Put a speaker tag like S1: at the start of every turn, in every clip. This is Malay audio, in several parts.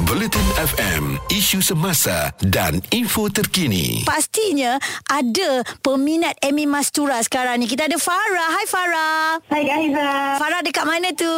S1: Bulletin FM, isu semasa dan info terkini.
S2: pastinya ada peminat Amy Mastura sekarang ni. Kita ada Farah. Hai Farah.
S3: Hai Kak Haiza.
S2: Farah dekat mana tu?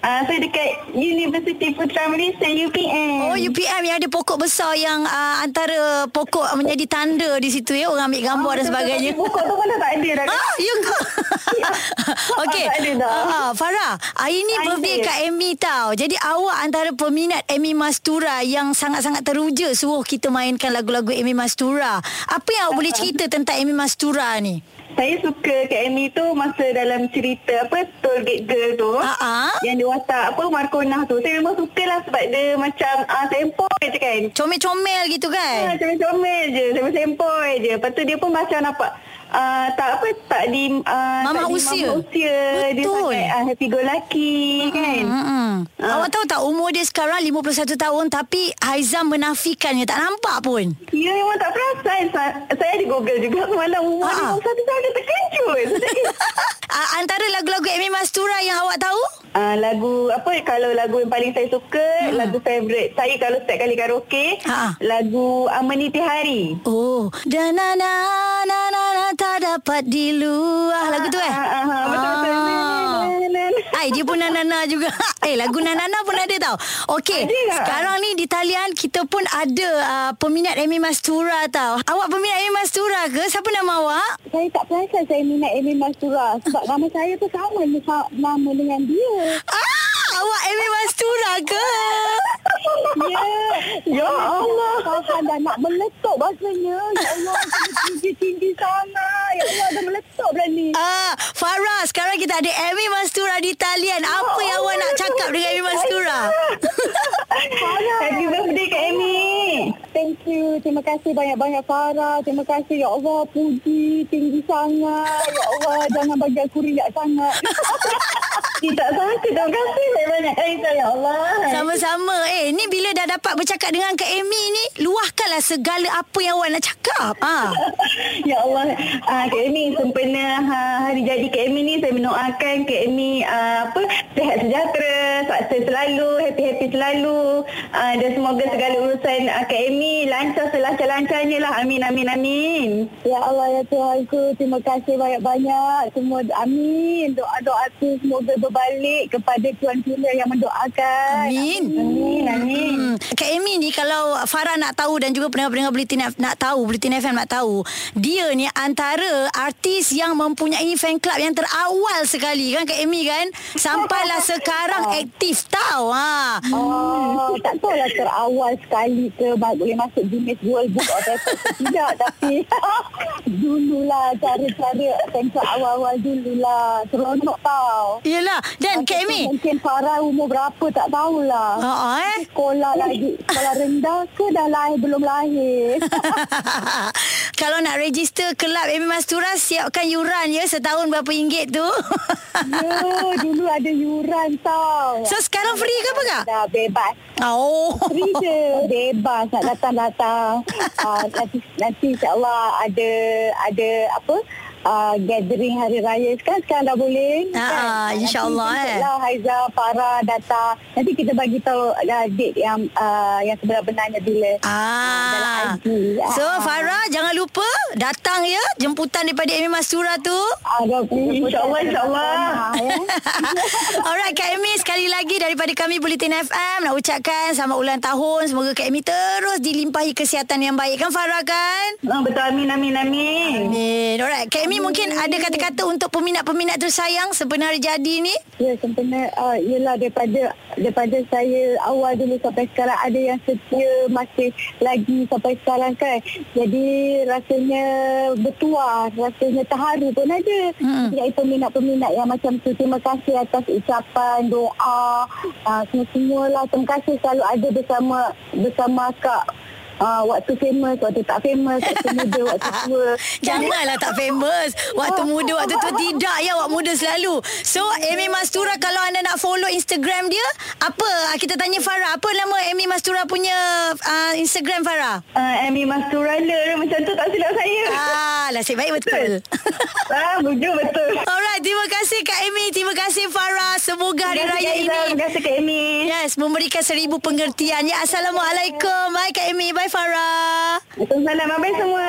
S3: Uh, saya dekat Universiti Putra Malaysia UPM.
S2: Oh UPM yang ada pokok besar yang uh, antara pokok menjadi tanda di situ ya. Orang ambil gambar dan
S3: betul-betul.
S2: sebagainya.
S3: Oh, Buku tu pun dah tak ada dah. Kak.
S2: Ah, you go. Okey.
S3: Tak ada dah.
S2: Ah, Farah, hari ni
S3: Ada.
S2: birthday Kak Amy tau. Jadi awak antara peminat Amy Mastura yang sangat-sangat teruja suruh kita mainkan lagu-lagu Amy Mastura. Apa yang awak boleh cerita tentang Amy Mastura ni?
S3: Saya suka Kak Amy tu masa dalam cerita apa Toll Gate Girl tu.
S2: Ah, ah.
S3: Yang dia watak apa Markonah tu. Saya memang suka lah sebab dia macam uh, sempoi je kan.
S2: Comel-comel gitu
S3: Ah,
S2: kan?
S3: Comel-comel je. Sempoi-sempoi je. Lepas tu dia pun macam nampak Uh, tak apa tak di uh, tak
S2: Mama usia.
S3: di mama usia dia
S2: Betul.
S3: sangat uh, happy go lucky kan
S2: Hmm.
S3: Ah.
S2: Awak tahu tak umur dia sekarang 51 tahun tapi Haizam menafikannya tak nampak pun.
S3: Ya memang tak perasan Sa- Saya ada google juga semalam Umur ha.
S2: Ah.
S3: 51 tahun dia terkejut
S2: Ah, antara lagu-lagu Amy Mastura yang awak tahu?
S3: uh, Lagu apa Kalau lagu yang paling saya suka Lagu favourite Saya kalau setiap kali karaoke
S2: Hmm. Ah.
S3: Lagu Amaniti Hari
S2: Oh, dan na na na na, na tak dapat diluah lagu tu eh.
S3: Ah, ah, ah, Betul-betul
S2: Ah.
S3: Na, na, na, na.
S2: Ai dia pun Nana juga. eh lagu Nana pun ada tau. Okey,
S3: Ada ke?
S2: sekarang ni di talian kita pun ada uh, peminat Amy Mastura tau. Awak peminat Amy Mastura ke? Siapa nama awak?
S3: Saya tak perasan saya minat Amy Mastura Sebab nama saya tu sama dengan- Nama dengan dia
S2: Ah, awak Amy Mastura ke?
S3: Ya Ya Allah Tahan dah nak meletup rasanya Ya Allah Tinggi-tinggi sangat Ya Allah dah meletup dah ni
S2: Ah, Farah, sekarang kita ada Amy Mastura di talian. Apa yang awak nak cakap dengan Amy Mastura?
S3: Happy birthday Kak Amy.
S4: Thank you. Terima kasih banyak-banyak Farah. Terima kasih ya Allah. Puji tinggi sangat. Ya Allah jangan bagi aku riak sangat.
S3: Kita tak sangka. Terima kasih banyak-banyak Aisyah ya Allah.
S2: Sama-sama. Eh, ni bila dah dapat bercakap dengan Kak Amy ni, luahkanlah segala apa yang awak nak cakap. Ah.
S3: Ya Allah. Ah, Kak Amy sempena ah, hari jadi Kak Amy ni saya mendoakan Kak Amy ah, apa sehat sejahtera, sukses selalu, happy-happy selalu ah, dan semoga segala urusan ah, Kak Amy lancar selancar-lancarnya lah. Amin amin amin.
S4: ya Allah ya Tuhanku. Terima kasih banyak-banyak. Semua amin. Doa-doa tu semoga berbalik kepada Tuhan Pula yang mendoakan.
S2: Amin.
S3: Amin amin.
S2: Hmm. Kak Amy ni kalau Farah nak tahu dan juga pendengar-pendengar Bulletin F- nak tahu, Bulletin FM nak tahu, dia ni antara artis yang mempunyai fan club yang terawal sekali kan Kak Amy kan? Sampailah sekarang aktif tau. Ha.
S4: Oh, tak tahulah terawal sekali ke ba- boleh masuk Guinness World Book of Records ke tidak tapi dululah cara-cara tempat awal-awal dululah seronok tau.
S2: Yelah. Dan Kak
S4: Masa tu
S2: Amy,
S4: Mungkin Farah umur berapa tak tahulah.
S2: Ha ah, eh.
S4: Sekolah lagi, sekolah rendah ke dah lahir belum lahir.
S2: Kalau nak register kelab Amy Mastura siapkan yuran ya setahun berapa ringgit tu.
S4: ya, dulu ada yuran tau.
S2: so sekarang free ke apa kak?
S4: Dah bebas.
S2: Oh.
S4: Free je Bebas nak datang-datang uh, Nanti, nanti insyaAllah ada Ada apa uh, Gathering hari raya Sekarang sekarang dah boleh kan? Ah,
S2: Ha, ha, insyaAllah, eh.
S4: nanti, insyaAllah Haiza, Farah datang Nanti kita bagi tahu uh, Date yang uh, Yang sebenar-benarnya bila
S2: Ah.
S4: Dalam IG.
S2: So
S4: Ah.
S2: Farah jangan lupa datang ya jemputan daripada Amy Mastura tu.
S4: ada
S3: InsyaAllah, insyaAllah.
S2: Alright Kak Amy sekali lagi daripada kami Bulletin FM nak ucapkan selamat ulang tahun. Semoga Kak Amy terus dilimpahi kesihatan yang baik kan Farah kan?
S3: Ah, betul amin amin amin.
S2: Amin. Alright Kak Amy mungkin ada kata-kata untuk peminat-peminat tersayang sebenarnya jadi ni.
S4: Ya sempena uh, Yelah daripada Daripada saya Awal dulu sampai sekarang Ada yang setia Masih lagi Sampai sekarang kan Jadi Rasanya Bertuah Rasanya terharu pun ada
S2: Mm-mm.
S4: hmm. Jadi peminat-peminat Yang macam tu Terima kasih atas ucapan Doa uh, Semua-semualah Terima kasih selalu ada bersama Bersama Kak uh, Waktu famous Waktu tak famous Waktu muda Waktu tua
S2: Janganlah tak famous Waktu muda Waktu tua tidak ya Awak muda selalu So Amy Mastura Kalau anda nak follow Instagram dia Apa Ah, Kita tanya Farah Apa nama Amy Mastura punya uh, Instagram Farah
S4: ah,
S3: Uh, Amy Masturala macam tu tak silap saya.
S2: Ah, nasib baik betul
S3: ah, bujur betul.
S2: Alright, terima kasih Kak Amy Terima kasih Farah Semoga
S3: kasih Kak Amy.
S2: Yes, memberikan seribu pengertian. Ya, Assalamualaikum. Bye Kak Amy. Bye Farah.
S3: Waalaikumsalam. Abang semua.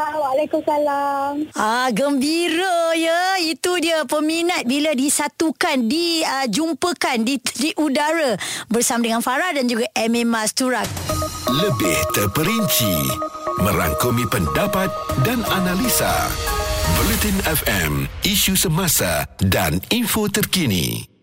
S4: Waalaikumsalam.
S2: Ah, gembira ya. Itu dia peminat bila disatukan, dijumpakan di, di udara bersama dengan Farah dan juga Amy Mastura.
S1: Lebih terperinci merangkumi pendapat dan analisa. Bulletin FM, isu semasa dan info terkini.